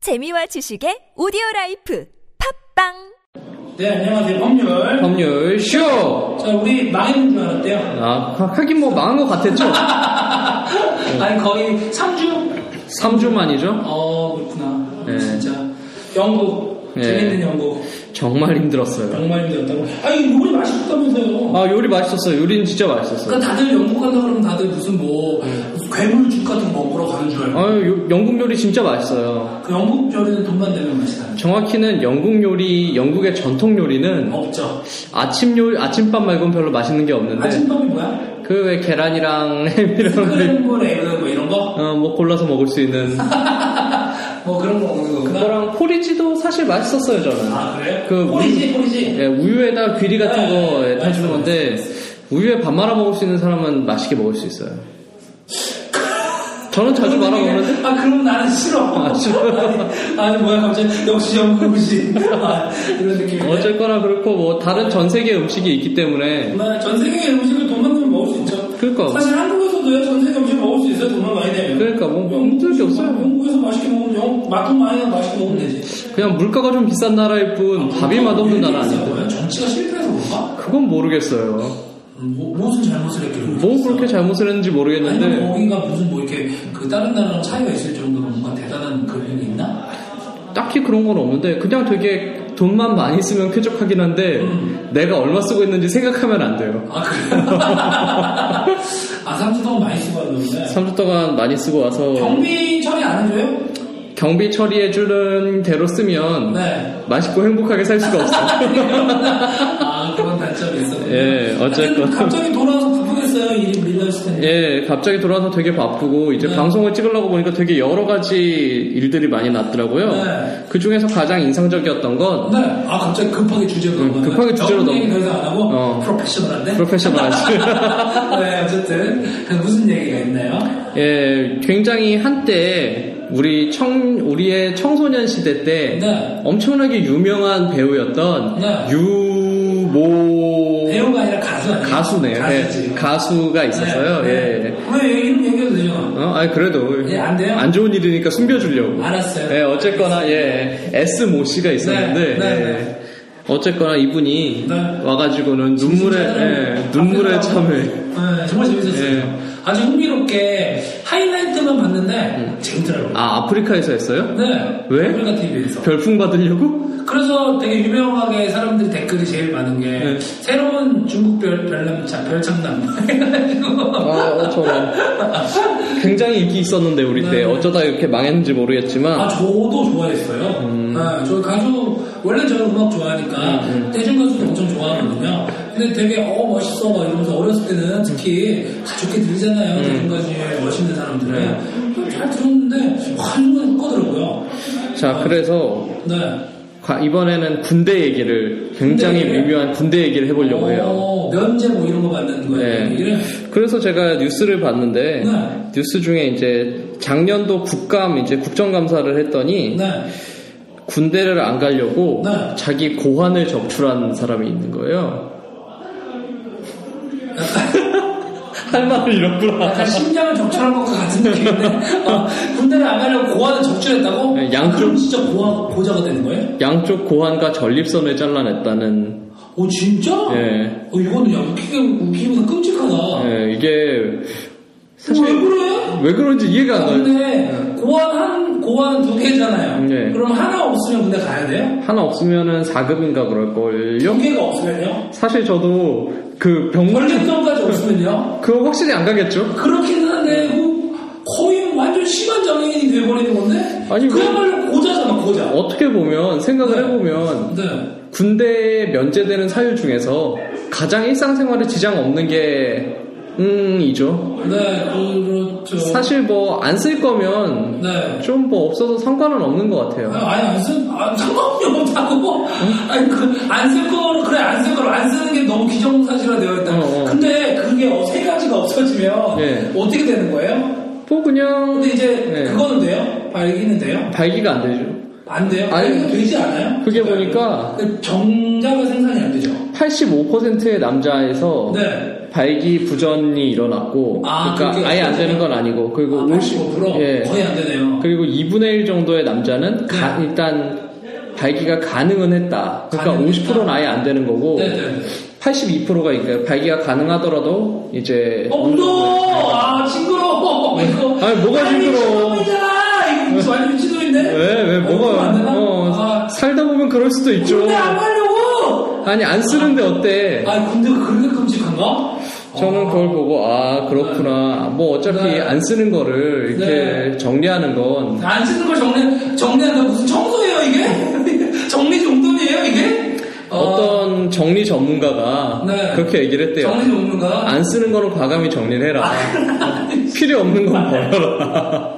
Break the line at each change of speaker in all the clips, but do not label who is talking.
재미와 지식의 오디오 라이프 팝빵
네, 안녕하세요. 법률.
법률 쇼!
자, 우리 망인 줄 알았대요.
아, 하- 하긴 뭐 망한 것 같았죠?
아니, 거의 3주?
3주 만이죠?
어, 그렇구나.
네.
진짜. 영국.
네.
재밌는 영국.
정말 힘들었어요.
정말 힘들었다고. 아니, 요리 맛있었다면서요.
아, 요리 맛있었어요. 요리는 진짜
그러니까
맛있었어요.
다들 영국 간다 그러면 다들 무슨 뭐, 무슨 괴물죽 같은 거 먹으러 가는 줄 알고.
아유, 요- 영국 요리 진짜 맛있어요.
그 영국 요리는 돈만 내면 맛있다는 줄.
정확히는 영국 요리, 영국의 전통 요리는
없죠.
아침 요리, 아침밥 말고는 별로 맛있는 게
네.
없는데
아침밥이 뭐야?
그 왜 계란이랑
네.
햄이랑
끓이는 거, 레그 뭐 이런 거?
어, 뭐 골라서 먹을 수 있는
아, 뭐 그런 거 먹는 거구나.
그거랑 포리지도 사실 맛있었어요 저는.
아, 그래요?
그
꼬리지, 꼬리지.
예, 우유에다 귀리 같은 거
네,
예, 타주는 건데 우유에 밥 말아 먹을 수 있는 사람은 맛있게 먹을 수 있어요. 저는 자주 말아 먹는데
아 그럼 나는 싫어.
아, 싫어요?
아니, 아니, 뭐야 갑자기 역시 영국 음식 아, 이런 느낌.
어쨌거나 그렇고 뭐 다른 전 세계 음식이 있기 때문에
정말 전 세계 음식을 돈만 내면 먹을 수 있죠.
그러니까.
사실 한국에서도요 전 세계 음식 먹을 수 있어요 돈만 많이 내면.
그러니까 뭐
영-
힘들 게 없어요.
영국에서 맛있게 먹으면 영, 맛도 많이 나고 맛있게 먹으면 되지.
그냥 물가가 좀 비싼 나라일 뿐
아,
밥이
예,
맛없는 나라 아닌데
뭐야? 정치가 실패해서 그런가?
그건 모르겠어요.
뭐, 무슨 잘못을 했길래?
뭐 그렇게 잘못을 했는지
그렇죠. 아니면
모르겠는데
거기가 무슨 뭐 이렇게 그 다른 나라랑 차이가 있을 정도로 뭔가 대단한 그런 게 있나?
딱히 그런 건 없는데 그냥 되게 돈만 많이 쓰면 쾌적하긴 한데 내가 얼마 쓰고 있는지 생각하면 안 돼요.
아 그래요? 아 삼성동 많이 쓰고 왔는데.
3주 동안 많이 쓰고 와서
경비 처리 안 해줘요?
경비 처리해 주는 대로 쓰면
네.
맛있고 행복하게 살 수가 없어.
아, 그런 단점이 있었군요.
예, 어쨌건.
하여튼 갑자기 돌아와서 바쁘겠어요. 일이 밀렸을 텐데.
예, 갑자기 돌아서 되게 바쁘고 이제
네.
방송을 찍으려고 보니까 되게 여러 가지 일들이 많이 났더라고요.
네.
그 중에서 가장 인상적이었던 건
네. 아, 갑자기 급하게 주제로 넘어가요.
음, 급하게 주제로
영국 얘기
넘어-
더 이상 안 하고
어.
프로페셔널한데?
프로페셔널 아시
네, 어쨌든 그 무슨 얘기가 있나요?
예, 굉장히 한때 우리 청 우리의 청소년 시대 때
네.
엄청나게 유명한 배우였던
네.
유모
배우가 아니라 가수 아니에요?
가수네요.
가수지. 네.
예, 가수가 있었어요. 예.
왜 이름 얘기해도 되죠?
어? 아니 그래도
예, 안 돼요?
안 좋은 일이니까 숨겨주려고.
알았어요.
예, 어쨌거나 예 S 모 씨가 있었는데
네, 네,
예.
네.
어쨌거나 이분이
네.
와가지고는 눈물에
진짜로
예, 눈물에
앞에서
참회.
네, 정말 재밌었어요.
예.
아주 흥미롭게 하이라이트만 봤는데 재밌더라고요.
아 아프리카에서 했어요?
네.
왜?
아프리카 TV에서.
별풍 받으려고?
그래서 되게 유명하게 사람들이 댓글이 제일 많은 게
네. 새로운
중국 별, 별남, 자, 별창남 해가지고
아 저런. 굉장히 인기 있었는데 우리
네.
때 어쩌다 이렇게 망했는지 모르겠지만
아 저도 좋아했어요
음.
네, 저 가수 원래 저는 음악 좋아하니까 대중가수도 엄청 좋아하거든요 근데 되게 어 멋있어 막 이러면서 어렸을 때는 특히 다 좋게 들리잖아요
음.
대중가수에 멋있는
네.
사람들은 그럼 잘 들었는데 한눈에 꺼더라고요
자 그래서
네.
가- 이번에는 군대 얘기를 굉장히
군대 얘기를?
미묘한 군대 얘기를 해보려고 해요.
어, 면제 뭐 이런 거 받는 거예요
네. 그래서 제가 뉴스를 봤는데
네.
뉴스 중에 이제 작년도 국감 이제 국정감사를 했더니
네.
군대를 안 가려고
네.
자기 고환을 적출한 사람이 있는 거예요. 할 말을 잃었구나.
약간 심장을 적출한 것 같은 느낌인데 어, 군대를 안 가려고 고아는 적출했다고?
네, 양쪽.
그럼 진짜 고아 고자가 되는 거예요?
양쪽 고환과 전립선을 잘라냈다는
오 어, 진짜?
예.
어, 이거는 야 웃기게 웃기보다 끔찍하다.
예, 이게
사실... 왜 그래?
왜 그런지 이해가 안 가요.
아,
예.
근데 고아 한 고아는 두 개잖아요.
네.
그럼 하나 없으면 군대 가야 돼요?
하나 없으면은
두
4급인가 그럴걸요?
개가 없으면요?
사실 저도 그 병원
원리병까지 없으면요?
그거 확실히 안 가겠죠?
그렇긴 한데 그 거의 완전 심한 장애인이 돼버리는 건데
아니,
그야말로 고자잖아 고자.
어떻게 보면 생각을
네.
해보면
네.
군대에 면제되는 사유 중에서 가장 일상생활에 지장 없는 게 음이죠.
네 그렇죠.
사실 뭐 안 쓸 거면
네.
좀 뭐 없어도 상관은 없는 것 같아요.
아니 안 쓴, 아, 상관없이 없다고. 아니 그안쓸 거로 그래 안 쓸 거로 안 쓰는 게 너무 기정사실화 되어 있다.
어, 어.
근데 그게 어, 세 가지가 없어지면
예.
어떻게 되는 거예요?
뭐 그냥
근데 이제
네.
그거는 돼요? 발기는 돼요?
발기가 안 되죠.
안 돼요?
아니,
발기가 되지 않아요?
그게 보니까
정자가 생산이 안 되죠.
85%의 남자에서
네.
발기부전이 일어났고
아, 그게
그러니까 아예 안 되는 건 아니고 그리고
아, 85%
예.
거의 안 되네요.
그리고 2분의 1 정도의 남자는 가-
네.
일단 발기가 가능은 했다. 그러니까
가능했다.
50%는 아예 안 되는 거고
네, 네.
82%가 그러니까 발기가 가능하더라도 이제
어, 무서워! 아, 징그러워! 이거.
아니, 뭐가 징그러워.
아니, 미친놈이잖아! 이거 완전 미친놈인데?
왜, 왜, 뭐가,
안 되나?
예, 어,
아,
살다 보면 그럴 수도 있죠.
군대 안 가려고!
아니, 안 쓰는데 어때?
아, 군대 그렇게 끔찍한가? 어.
저는 그걸 보고, 아, 그렇구나. 뭐, 어차피
네.
안 쓰는 거를 이렇게
네.
정리하는 건.
안 쓰는 걸 정리, 정리한다. 무슨 청소예요, 이게? 정리 정돈이에요, 이게?
어떤 정리 전문가가
아. 네.
그렇게 얘기를 했대요.
정리 아, 정돈가?
안 쓰는 거는 과감히 정리를 해라. 필요 없는 건 버려라.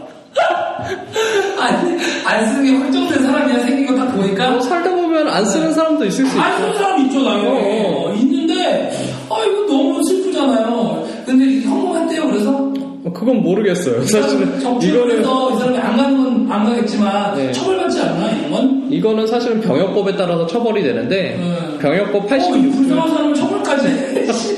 안, 안 쓰는 게 확정된 사람이야, 생긴 거 딱 보니까.
뭐 살다 보면 안 쓰는 사람도 있을 수
안 쓰는
있어.
사람 있죠, 당연히.
어.
있는데, 아, 이거 너무 슬프잖아요. 근데 형한테요, 그래서?
뭐 그건 모르겠어요. 사실은. 이거는.
정치에서 이 사람이 안 가는 건 안 가겠지만
네.
처벌받지 않나 이런 건?
이거는 사실은 병역법에 따라서 처벌이 되는데
네.
병역법
어, 이
86조,
불쌍한 사람을 처벌까지 해. 씨.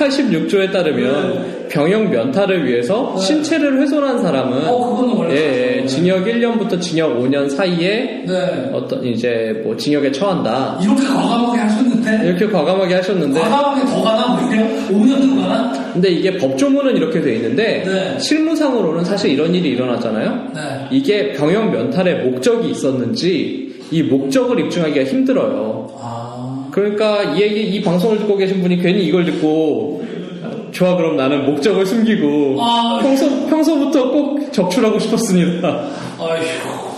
86조에
네.
따르면 병역 면탈을 위해서 신체를 훼손한 사람은
어, 그거는 원래
예, 예,
사실은.
징역 1년부터 징역 5년 사이에
네.
어떤 이제 뭐 징역에 처한다
이렇게 과감하게 하셨는데
이렇게 과감하게 하셨는데
과감하게 더 가나? 뭐 이래요? 5년 더 가나?
근데 이게 법조문은 이렇게 돼 있는데
네.
실무상으로는 사실 이런 일이 일어나잖아요.
네.
이게 병역 면탈의 목적이 있었는지 이 목적을 입증하기가 힘들어요.
아,
그러니까 이 얘기 이 방송을 듣고 계신 분이 괜히 이걸 듣고 좋아 그럼 나는 목적을 숨기고
아.
평소 평소부터 꼭 적출하고 싶었습니다.
아휴.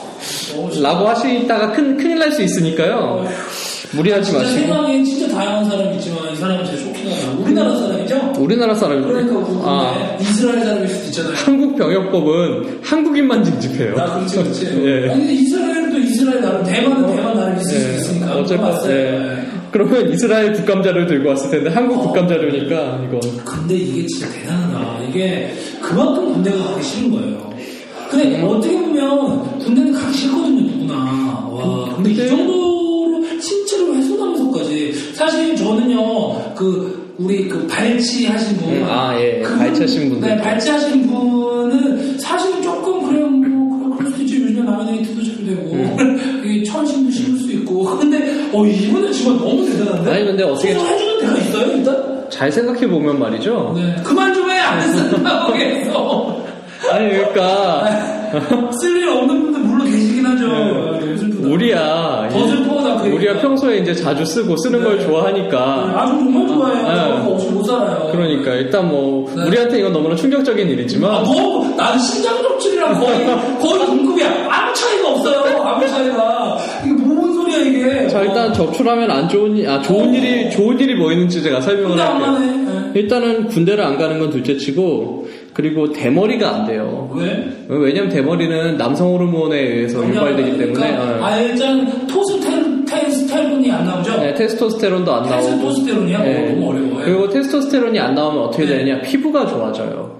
너무 진짜
라고 하시다가 큰 큰일 날 수 있으니까요. 무리하지
진짜
마시고.
세상에 진짜 다양한 사람이 있지만 이 사람은 제일 쇼킹하다. 우리나라 사람이죠?
우리나라 사람이
그러니까 우리
아,
이스라엘 사람일 수도 있잖아요.
한국 병역법은 한국인만 징집해요.
아, 그렇지, 그렇지.
예.
아니, 근데 이스라엘은 또 이스라엘 나름, 대만은 대만 나름 있을 수
예,
있으니까.
어쩔 바-
봤어요. 어.
예. 그러면 이스라엘 국감자료를 들고 왔을 텐데 한국 국감자료니까 이거
근데 이게 진짜 대단하다. 이게 그만큼 군대가 가기 싫은 거예요. 근데 어떻게 보면 군대는 가기 싫거든요, 누구나. 와. 근데
근데-
이 정도로 신체를 훼손하면서까지. 사실 저는요, 그, 우리 그 발치 하신 분.
음, 아, 예. 발치하신 분들.
네, 발치 하신 분은 사실은 조금 그래, 뭐, 그래, 그럴 수 있지. 요즘에 라면이 투도 잘 되고.
음.
이게 천신도 심을 수 있고. 근데, 어, 이분은 정말 너무 대단한데?
아니, 근데 어떻게-
해주는 데가 있어요, 일단?
잘 생각해 보면 말이죠.
네. 그만 좀 해! 안 쓴다고 계속!
아니 그러니까
쓸일 없는 분들 물론 계시긴 하죠. 아, 너무 슬프다.
네. 우리야
더 슬퍼하다, 네. 그
우리가
얘기가.
평소에 이제 자주 쓰고 쓰는 걸 좋아하니까
아주 정말 좋아해요.
네.
저거 없이 못 살아요.
그러니까 일단 뭐
네.
우리한테 이건 너무나 충격적인
아,
일이지만
너무, 나는 심장 접질이랑 거의, 거의 동급이야. 아무 차이가 없어요. 아무 차이가. 이게 뭔 소리야, 이게. 어,
자 일단 적출하면 안 좋은 일- 아 좋은 일이 좋은 일이 뭐 있는지 제가 설명을
군대 안
할게요.
어. 가네.
일단은 군대를 안 가는 건 둘째치고 그리고 대머리가 안 돼요.
왜?
왜냐면 대머리는 남성 호르몬에 의해서 유발되기 때문에
그러니까
어.
아, 일단 토스테론이 안 나오죠?
네, 테스토스테론도 안 나오고
테스토스테론이야?
네.
어, 너무 어려워요.
그리고 테스토스테론이 안 나오면 어떻게
네.
되느냐 피부가 좋아져요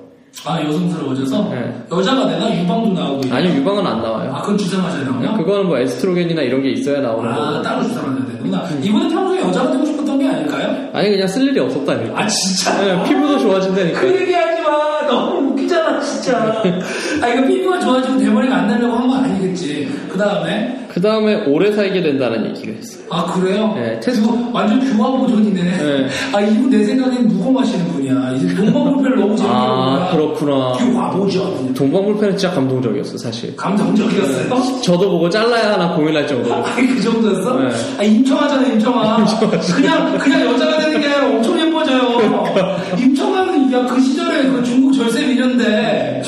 아, 여성스러워져서?
네.
여자가 내가 유방도 나오고.
아니 유방은 안 나와요
아, 그건 주사 맞아야 나오나?
그거는 뭐 에스트로겐이나 이런 게 있어야 나오는
아,
거고 네.
따로 주사 맞아야 되는구나. 이분은 평소에 여자가 되고 싶었던 게 아닐까요?
아니 그냥 쓸 일이 없었다니까
아, 진짜.
네, 피부도 네. 좋아진다니까
그 얘기하지 마. 너무 웃기잖아, 진짜.
네.
아, 이거 피부가 좋아지고 대머리가 안 나려고 한 건 아니겠지. 그 다음에.
그 다음에 오래 살게 된다는 얘기가 있어요
아, 그래요?
네, 테스트.
이거 완전 뷰화 보존이네.
네.
아, 이분 내 생각엔 무고 마시는 분이야. 이제 동방불패를 너무 재밌게
아
보는 거야.
그렇구나
뷰화 보존.
동방불패는 진짜 감동적이었어 사실 네.
감정적이었어요?
저도 보고 잘라야 하나 고민할 정도로
아니 그 정도였어?
네.
아 임청아잖아 임청아. 그냥 그냥 여자가 되는 게 아니라 엄청
그러니까.
예뻐져요. 임청아는 야 그 시절에 그 중국 절세 미녀인데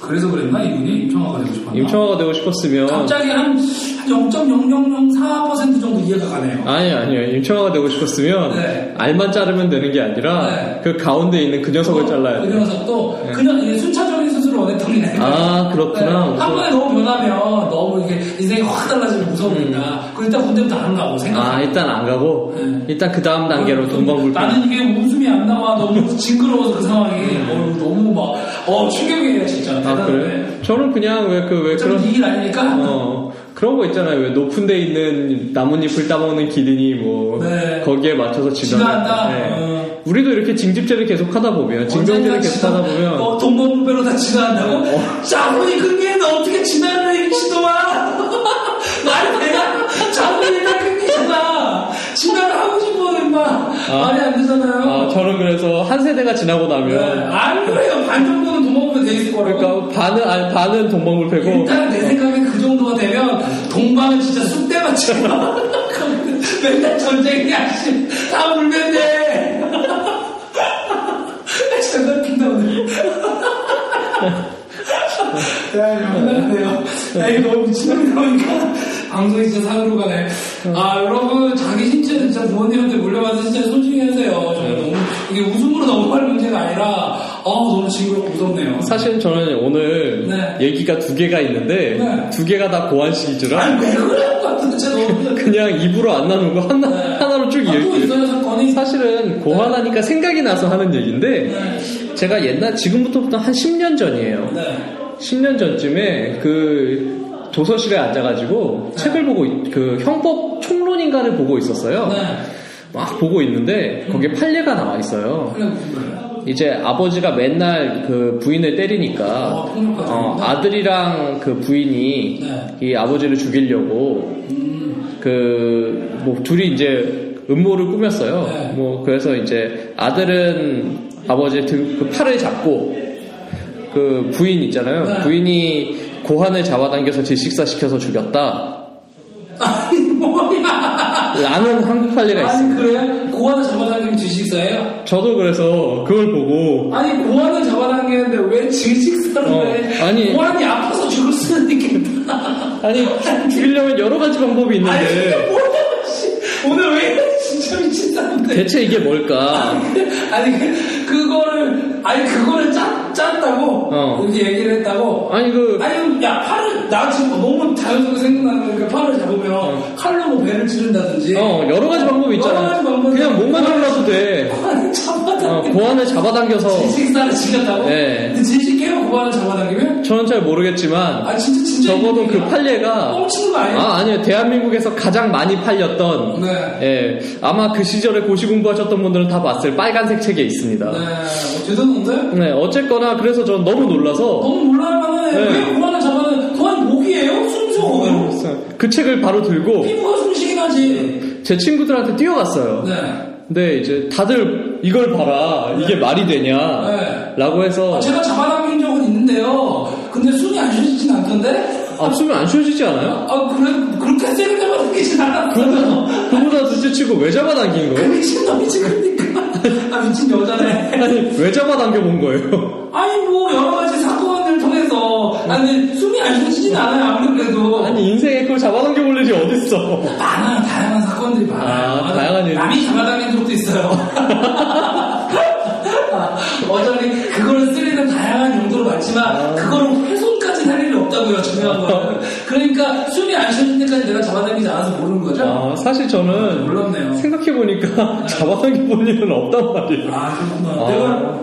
그래서 그랬나 이분이 임청아가 되고 싶었나?
임청아가 되고 싶었으면
갑자기 한0.0004% 정도 이해가 가네요.
아니요, 아니요. 임청아가 되고 싶었으면
네.
알만 자르면 되는 게 아니라
네.
그 가운데 있는 그 녀석을 잘라야
그
돼요. 네.
녀석도 그냥 이제 순차적인 수술을 원했던 게 아니라
아, 그렇구나.
네, 한 번에 너무 변하면 너무 이렇게 인생이 확 달라지면
음.
무서우니까 그 일단 군대부터 안 가고 생각
아, 일단 안 가고
네.
일단 그 다음 단계로 동방불패.
나는 이게 웃음이 안 나와 너무 징그러워서 그 상황이 어우, 너무 막어 충격이에요 진짜
음. 아,
대단해
그래? 저는 그냥 왜 그 왜
네. 어차피
그런
이일 아니니까
어 그런 거 있잖아요. 왜 높은 데 있는 나뭇잎을 따먹는 기린이 뭐
네.
거기에 맞춰서 진화한다.
진화한다. 어.
우리도 이렇게 징집제를 계속 하다 보면 징병제를 계속 하다 보면 어.
어, 동범부배로 다 진화한다고? 자본이 큰게 너 어떻게 진화를 해, 이치도아 말이 내가 자본이 그 다 큰게잖아. 진화를 하고 싶어, 임마. 말이 안 되잖아요.
아, 저는 그래서 한 세대가 지나고
네.
나면
안 그래요. 반 정도는 동범부배 돼 있을 거라고.
그러니까 반은 아니, 반은 동방불패고
일단 내 생각엔 그 정도가 되면 동방은 진짜 쑥대밭 처럼 맨날 전쟁이야 씨. 다 울면 돼 장난 핀다 오늘 야 이거 혼나네요 야 아, 이거 너무 미친놈이다 보니까 방송이 진짜 사고로 가네 아 여러분 자기 신체 진짜 부모님한테 물려받은 진짜 솔직히 하세요 정말 너무 이게 웃음으로 넘어갈 문제가 아니라 아 너무 징그럽고 무섭네요
사실 저는 오늘
네.
얘기가 두 개가 있는데
네.
두 개가 다 고안식인 줄 알아.
아니 왜 그래 도대체 너무
그냥 입으로 안 나누고 하나,
네.
하나로 쭉
아, 또
얘기.
있어요 사건이
사실은 고안하니까 생각이 나서 하는 얘기인데 제가 옛날 지금부터부터 한 10년 전이에요.
네.
10년 전쯤에 그 도서실에 앉아가지고 책을 보고 있- 그 형법 총론인가를 보고 있었어요.
네.
막 보고 있는데 거기에 판례가 나와 있어요.
그래 무슨 말이야?
이제 아버지가 맨날 그 부인을 때리니까
어, 폭력까지
어,
했나?
아들이랑 그 부인이
네. 음.
이 아버지를 죽이려고 그 뭐 둘이 이제 음모를 꾸몄어요.
네.
뭐 그래서 이제 아들은 아버지 등, 그 팔을 잡고 그 부인 있잖아요.
네.
부인이 고환을 잡아당겨서 질식사 시켜서 죽였다.
아니 뭐야?
라는 한국 판례가 있어요.
아니 그래? 고환을 잡아당기면 질식사예요?
저도 그래서 그걸 보고
아니 고환을 잡아당기는데 왜 질식사를
어,
해?
아니.
고환이 아파서 죽을 수는 있겠다.
아니 죽이려면 여러 가지 방법이
아니
있는데
이게 뭐야? 씨. 오늘 왜 이래? 진짜 미친 사람들.
대체 이게 뭘까?
아니 그- 그거를 아니 그거를 짰, 짰다고
어.
이렇게 얘기를 했다고
아니 그
아니 야 그러니까 팔을 나 지금 뭐 너무 자연스럽게 생각나는 거니까 팔을 잡으면 칼로 뭐 배를 찌른다든지
어, 여러 가지 방법이 있잖아.
여러 가지 방법이
그냥 몸만
있잖아.
잘라도 돼.
고환을
어,
잡아당기면
고환을 잡아당겨서
질식사를 시켰다고?
네.
근데 질식해요 고환을 잡아당기면?
저는 잘 모르겠지만
아 진짜 진짜
적어도 그 판례가
뻥치는 거 아니야?
아 아니요 대한민국에서 가장 많이 팔렸던
네.
예 아마 그 시절에 고시 공부하셨던 분들은 다 봤을 빨간색 책에 있습니다.
네 어, 대단한데?
네, 어쨌거나 그래서 저는 너무 놀라서
너무 몰랄 만하네
네.
왜 고환을 잡아당겨 고환 목이에요? 숨쉬어
그 책을 바로 들고
피부가 숨쉬긴 하지
제 친구들한테 뛰어갔어요.
네
근데 이제 다들 이걸 봐라 이게 말이
네.
되냐라고 해서
제가 잡아당긴 적은 있는데요. 근데 숨이 안 쉬어지진 않던데?
아 숨이 안 쉬어지지 않아요?
아, 그래, 그렇게 세게 잡아당기진 않았어요.
그보다 둘째 치고 왜 잡아당긴
뭐, 그
거예요?
미친놈이지, 그러니까. 아, 미친 여자네.
아니 왜 잡아당겨 본 거예요?
아니, 뭐, 여러 가지 사건을 통해서. 아니, 숨이 안 쉬어지진 않아요, 아무리 그래도.
아니 인생에 그걸 잡아당겨 볼 일이 어딨어
많아요, 다양한 사건들이 많아요.
아, 다양한 일.
남이 잡아당긴 적도 있어요. 어차피 그거를 쓰려면 다양한 용도로
아.
맞지만 그거를 훼손까지 할 일이 없다고요 중요한 거는 그러니까 숨이 안 쉬어질 때까지 내가 잡아당기지 않아서 모르는 거죠
아 사실 저는
몰랐네요 네.
생각해보니까 잡아당겨 볼 일은 없단 말이에요
아 그렇구나
아.
내가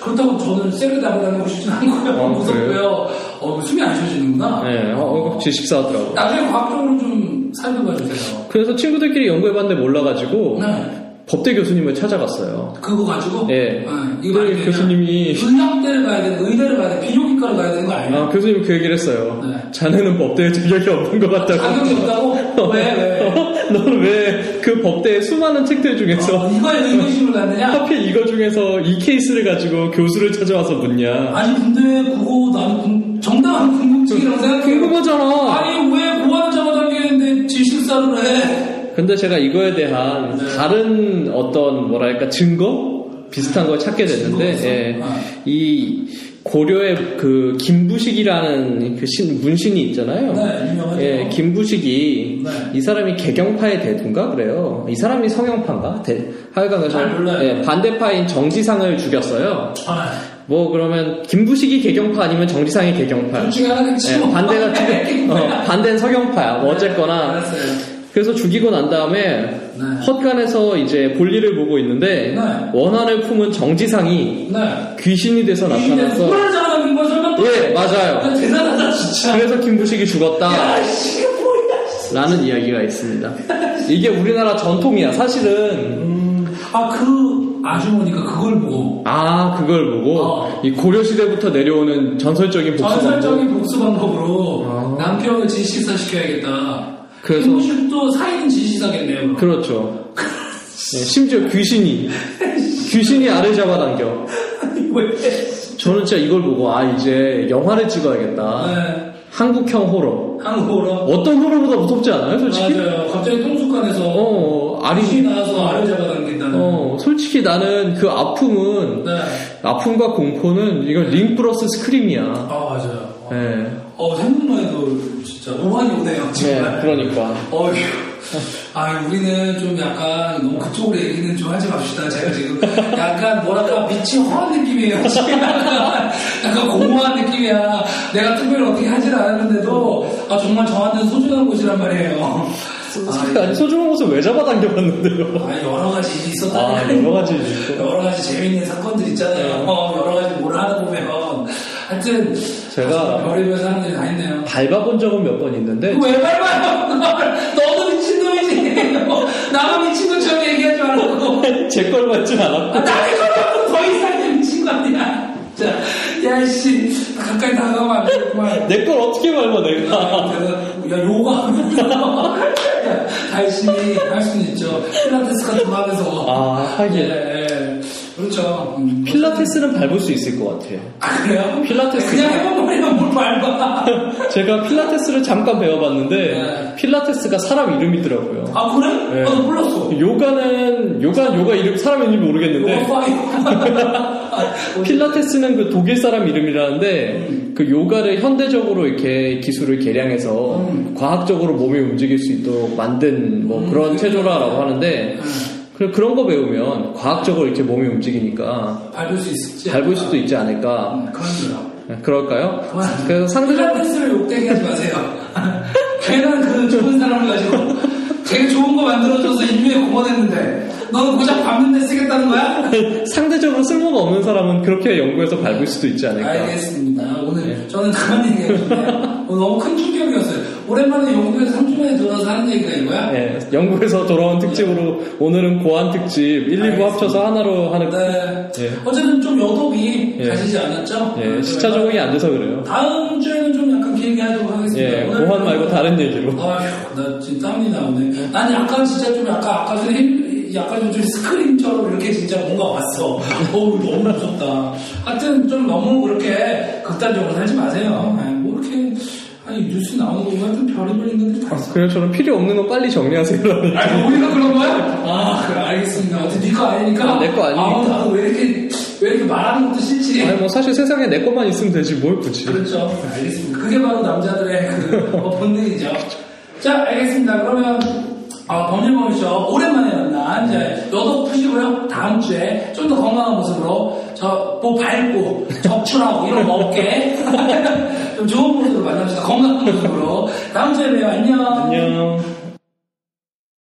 그렇다고 저는 세게 잡아당기고 싶진 않고요
아,
무섭고요 어, 숨이 안 쉬어지는구나
네 어, 질식사하더라고
나중에 과학적으로 좀 살펴봐 주세요
그래서 친구들끼리 연구해봤는데 몰라가지고
네.
법대 교수님을 찾아갔어요
그거 가지고
예.
아, 이거
근데
아니면
교수님이
불량대를 가야 되는 의대를 가야 되는 비뇨기과를 가야 되는 거 아니에요?
아 교수님 그 얘기를 했어요
네.
자네는 법대에 자격이 없는 것 같다고
자격이 없다고? 왜? 왜?
너는 왜 그 법대의 수많은 책들 중에서
어, 이거에 의문심을 갖느냐?
하필 이거 중에서 이 케이스를 가지고 교수를 찾아와서 묻냐.
아니 근데 그거 나는 궁- 정당한 궁금증이라고 생각해요
궁금하잖아.
아니 왜 고환을 잡아당기는데 질식사를 해?
근데 제가 이거에 대한 다른 어떤 뭐랄까 증거 비슷한 걸 찾게 됐는데
증거가
예.
있어? 아.
이 고려의 그 김부식이라는 그 신, 문신이 있잖아요.
네, 유명하죠.
예, 김부식이
네.
이 사람이 개경파의 대두인가 그래요. 이 사람이 성형파인가? 대, 하여간 그래서
잘 몰라요.
예, 반대파인 정지상을 죽였어요.
아,
뭐 그러면 김부식이 개경파 아니면 정지상이 개경파.
둘 중에 하나겠지
예,
뭐.
반대가 지금 어, 반대는 서경파야. 뭐 어쨌거나
알았어요
그래서 죽이고 난 다음에
네.
헛간에서 이제 볼일을 보고 있는데
네.
원한을 품은 정지상이
네
귀신이 돼서
근데
나타나서
고환을 잡아당긴 거 설마
예 맞아요.
대단하다 진짜
그래서 김부식이 죽었다.
아이씨 이게 뭐야
라는 이야기가 있습니다. 이게 우리나라 전통이야. 사실은
아 그 아주머니가 그걸 뭐? 보고
아 그걸 보고
어.
이 고려 시대부터 내려오는 전설적인 복수 방법. 아.
전설적인 복수 방법으로 남편을 진식사 시켜야겠다.
그래서-
김무식도 사인 진식사겠네요. 그럼.
그렇죠. 네, 심지어 귀신이 귀신이 알을 잡아당겨.
왜?
저는 진짜 이걸 보고 아 이제 영화를 찍어야겠다.
네,
한국형 호러.
한국어로
아. 어떤 호러보다 무섭지 않아요, 솔직히?
맞아요. 갑자기 통속관에서
어,
귀신
알이
이 나와서 알을 잡아당긴다는.
어, 솔직히 나는 그 아픔은
네.
아픔과 공포는 이건 링 플러스 스크림이야.
아 맞아요.
네.
어 생각만 해도 진짜 오만이 오네요. 정말.
그러니까.
어휴. 아, 우리는 좀 약간 너무 그쪽으로 얘기는 좀 하지 맙시다. 제가 지금 약간 뭐랄까 미친 허한 느낌이에요. 지금 약간, 약간 공허한 느낌이야. 내가 특별히 어떻게 하진 않았는데도 아, 정말 저한테는 소중한 곳이란 말이에요. 아,
아니, 소중한 것을 왜 잡아당겨봤는데요?
아, 여러 가지
아, 네.
있었다니까요.
여러 가지 있고.
여러 가지 재밌는 사건들 있잖아요. 어, 여러 가지 뭘 하다 보면. 하여튼
제가-
아, 별의별 사람들이 다 있네요.
밟아본 적은 몇 번 있는데,
왜 밟아요? 너도 네 미친놈이지. 나만 미친 것처럼 얘기하지 말라고.
제 걸 밟진
아,
않았고.
남의 거라고 더 이상의 미친 거 아니야. 자, 야, 씨. 가까이 다가가면 안 돼. 정말.
내 걸 어떻게 밟아, 내가.
그래서, 야, 요가 하면서. 열심히 할 수는 있죠. 필라테스 같은 거 하면서.
아,
예,
하긴.
예. 그렇죠. 음.
필라테스는 밟을 수 있을 것 같아요.
아, 그래요?
필라테스.
그냥 해본 거리면 뭘 밟아.
제가 필라테스를 잠깐 배워봤는데,
네.
필라테스가 사람 이름이더라고요.
아, 그래?
예.
아, 나 몰랐어.
요가는, 요가, 요가 이름, 사람 이름이 모르겠는데,
요가 파이.
필라테스는 그 독일 사람 이름이라는데 그 요가를 현대적으로 이렇게 기술을 개량해서 과학적으로 몸이 움직일 수 있도록 만든 뭐 그런 체조라라고 하는데 그 그런 거 배우면 과학적으로 이렇게 몸이 움직이니까
밟을 수 있을지. 아,
밟을 수도 있지 않을까
그만 둬요.
그럴까요?
그만.
그래서 상대적으로
필라테스를 욕되게 하지 마세요. 걔는 그 좋은 사람을 가지고 되게 좋은 거 만들어줘서 인류에 공헌했는데 너는 고작 밟는 데 쓰겠다는 거야?
상대적으로 쓸모가 없는 사람은 그렇게 연구해서 밟을 수도 있지 않을까 네.
알겠습니다. 오늘 저는 그런 얘기 해주네요. 오늘 너무 큰 충격이었어요. 오랜만에 영국에서 3주 만에 돌아서 하는 얘기가 이거야?
예, 연구에서 돌아온 특집으로 오늘은 고안 특집 1, 2부 합쳐서 하나로 하는
네.
예.
어쨌든 좀 여독이
예.
가시지 않았죠?
예,
네.
시차 적응이 안 돼서 그래요
다음 주에는 좀 약간 길게 하도록 하겠습니다.
예,
오늘
고환 말고 다른 얘기로.
아휴, 나 진짜 땀이 나오네. 난 약간 진짜 좀 약간 아까 전에 힘- 약간 좀, 좀 스크린처럼 이렇게 진짜 뭔가 왔어. 어우, 너무 무섭다. 하여튼 좀 너무 그렇게 극단적으로 하지 마세요. 아니, 뭐 이렇게, 아니, 뉴스 나오는 거 보면 좀 별의별 인간들 다 있어.
그냥 저는 필요 없는 거 빨리 정리하세요라는.
아니, 뭐 우리가 그런 거야? 아, 그래, 알겠습니다. 어차피 네거 아니니까.
아, 내거 아니니까.
아우, 나도 왜 이렇게, 왜 이렇게 말하는 것도 싫지?
아니 뭐 사실 세상에 내 것만 있으면 되지 뭘 굳이.
그렇죠. 알겠습니다. 그게 바로 남자들의 그 어, 본능이죠. 자, 알겠습니다. 그러면 어, 범일범이죠. 오랜만에 만난 이제 너도 푸시고요. 다음 주에 좀 더 건강한 모습으로 저뭐 밟고 적출하고 이런 거 없게 좀 좋은 모습으로 만납시다. 건강한 모습으로 다음 주에 봬요. 안녕.
안녕.